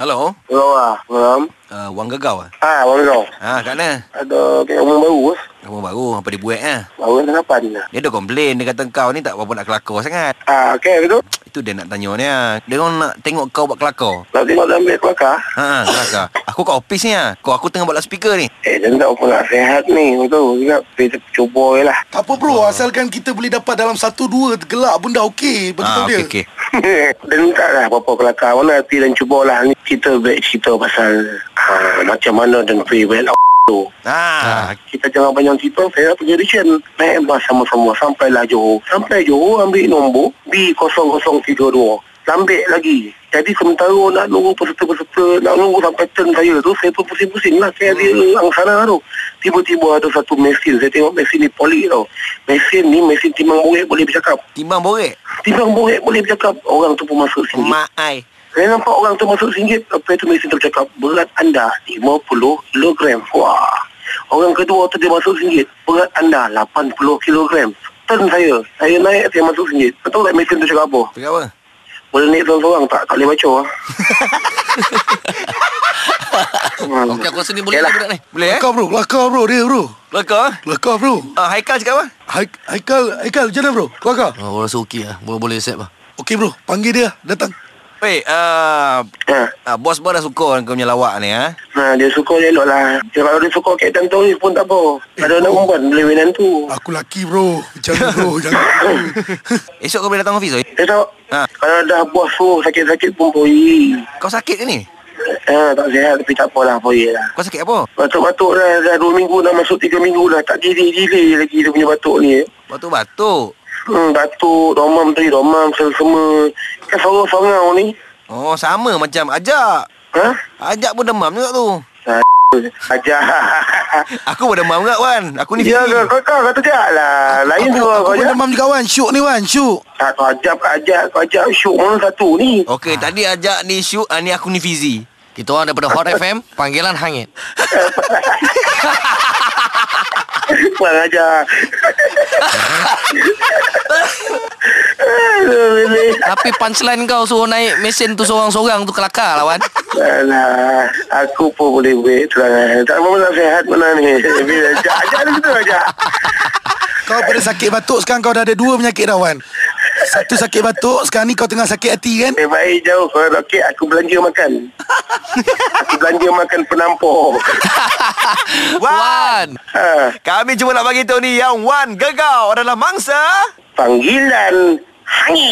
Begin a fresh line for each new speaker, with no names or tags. Hello.
Hello ah. Malam.
Uh, Wang Gagau ah.
Ah, Abang Rau.
Ha, kat mana?
Ada kat rumah baru ah.
Kamu baru apa dia buat ah?
Baru tengah pan lah.
Dia dah komplain dia kata kau ni tak apa nak kelakar sangat.
Ah, okey betul.
Itu dia nak tanya ni. ah. Dia orang nak tengok kau buat kelakar.
Nak tengok dalam bilik kelakar.
Ha, kelakar. Aku kat office ni ah. Kau aku tengah buat speaker ni.
Eh, dia tak apa nak sehat ni. Betul. Dia nak kita cuba je lah.
Tak apa
Oh.
bro, asalkan kita boleh dapat dalam satu dua gelak benda okey bagi tahu
Ah,
dia.
okey okey.
dia minta lah apa-apa kelakar mana hati dan cuba lah. Ni kita boleh cerita pasal ah, macam mana dan pergi balik tu.
Ha,
Kita jangan banyak cerita Saya pergi audition Naik bas sama-sama Sampailah Johor Sampai Johor ambil nombor B0032 Lambik lagi Jadi sementara nak nunggu peserta-peserta Nak nunggu sampai turn saya tu Saya pun pusing-pusing lah Saya ada angsana tu Tiba-tiba ada satu mesin Saya tengok mesin ni polik tau Mesin ni mesin timbang borek boleh bercakap
timbang borek.
Timbang borek boleh bercakap Orang tu pun masuk singgit
Mak ai.
Saya nampak orang tu masuk singgit Lepas tu mesin tu bercakap Berat anda 50 kilogram Wah Orang kedua tu dia masuk singgit Berat anda 80 kilogram Turn saya Saya naik saya masuk singgit Tak tahu tak mesin tu cakap apa
Cakap apa?
Boleh naik seorang-seorang tak? Tak boleh baca lah hmm.
Okey aku rasa ni boleh okay
Okey lah.
budak ni.
Boleh eh?
Kelakar bro, kelakar bro dia bro.
Kelakar?
Kelakar bro.
Ah, Haikal cakap apa?
Haik- Haikal, Haikal macam mana bro? Kelakar?
Oh, aku rasa okey lah. Boleh boleh accept lah.
Okey bro, panggil dia datang.
Weh, ah,
ha.
ah, bos pun dah suka dengan kau punya lawak ni ah.
ha. dia suka dia elok lah dia, Kalau dia suka kat tantung ni pun tak apa Ada anak perempuan boleh mainan tu
Aku laki bro. Macam mana bro? Jangan.
Esok kau boleh datang office oi.
Dia tahu
Ha.
Kalau dah bos suruh sakit-sakit pun pergi
Kau sakit ke ni?
ha, Tak sihat tapi tak apalah pergi lah
Kau sakit apa?
Batuk-batuk dah, dah dua minggu dah masuk tiga minggu dah tak gili-gili lagi dia punya batuk ni.
Batuk-batuk.
Hmm, batuk, domam tadi, domam, selsema. Kan sorang-sorang ni.
Oh, sama macam ajak.
Ha?
Ajak pun demam juga tu.
Ajar.
Aku pun demam juga Wan. Aku ni
Ya,
Fili.
kau, kau, kau terjak lah. Lain
Aku,
tu
aku
kau
pun
ajak.
demam juga Wan. Syuk ni Wan, syuk.
Tak, kau ajak, kau ajak, kau ajak. Syuk mana satu ni.
Oh.
Okey, tadi ajak ni Syuk, ah, ni aku ni Fizi.
Kita orang daripada Hot FM, panggilan hangit.
Kurang ajar. Aduh, Billy.
Tapi punchline kau suruh naik mesin tu seorang-seorang tu kelakar lah, lawan.
Alah, aku pun boleh buat terang. Tak apa nak sehat mana ni. Bila ajak, ajak dia betul ajak.
Kau pada sakit batuk sekarang kau dah ada dua penyakit dah Wan. Satu sakit batuk, sekarang ni kau tengah sakit hati kan?
Eh, baik jauh. Kalau roket, aku belanja makan. aku belanja makan penampor.
Wan.
Ha,
Kami cuma nak bagi tahu ni yang Wan Gegau adalah mangsa
panggilan hangi.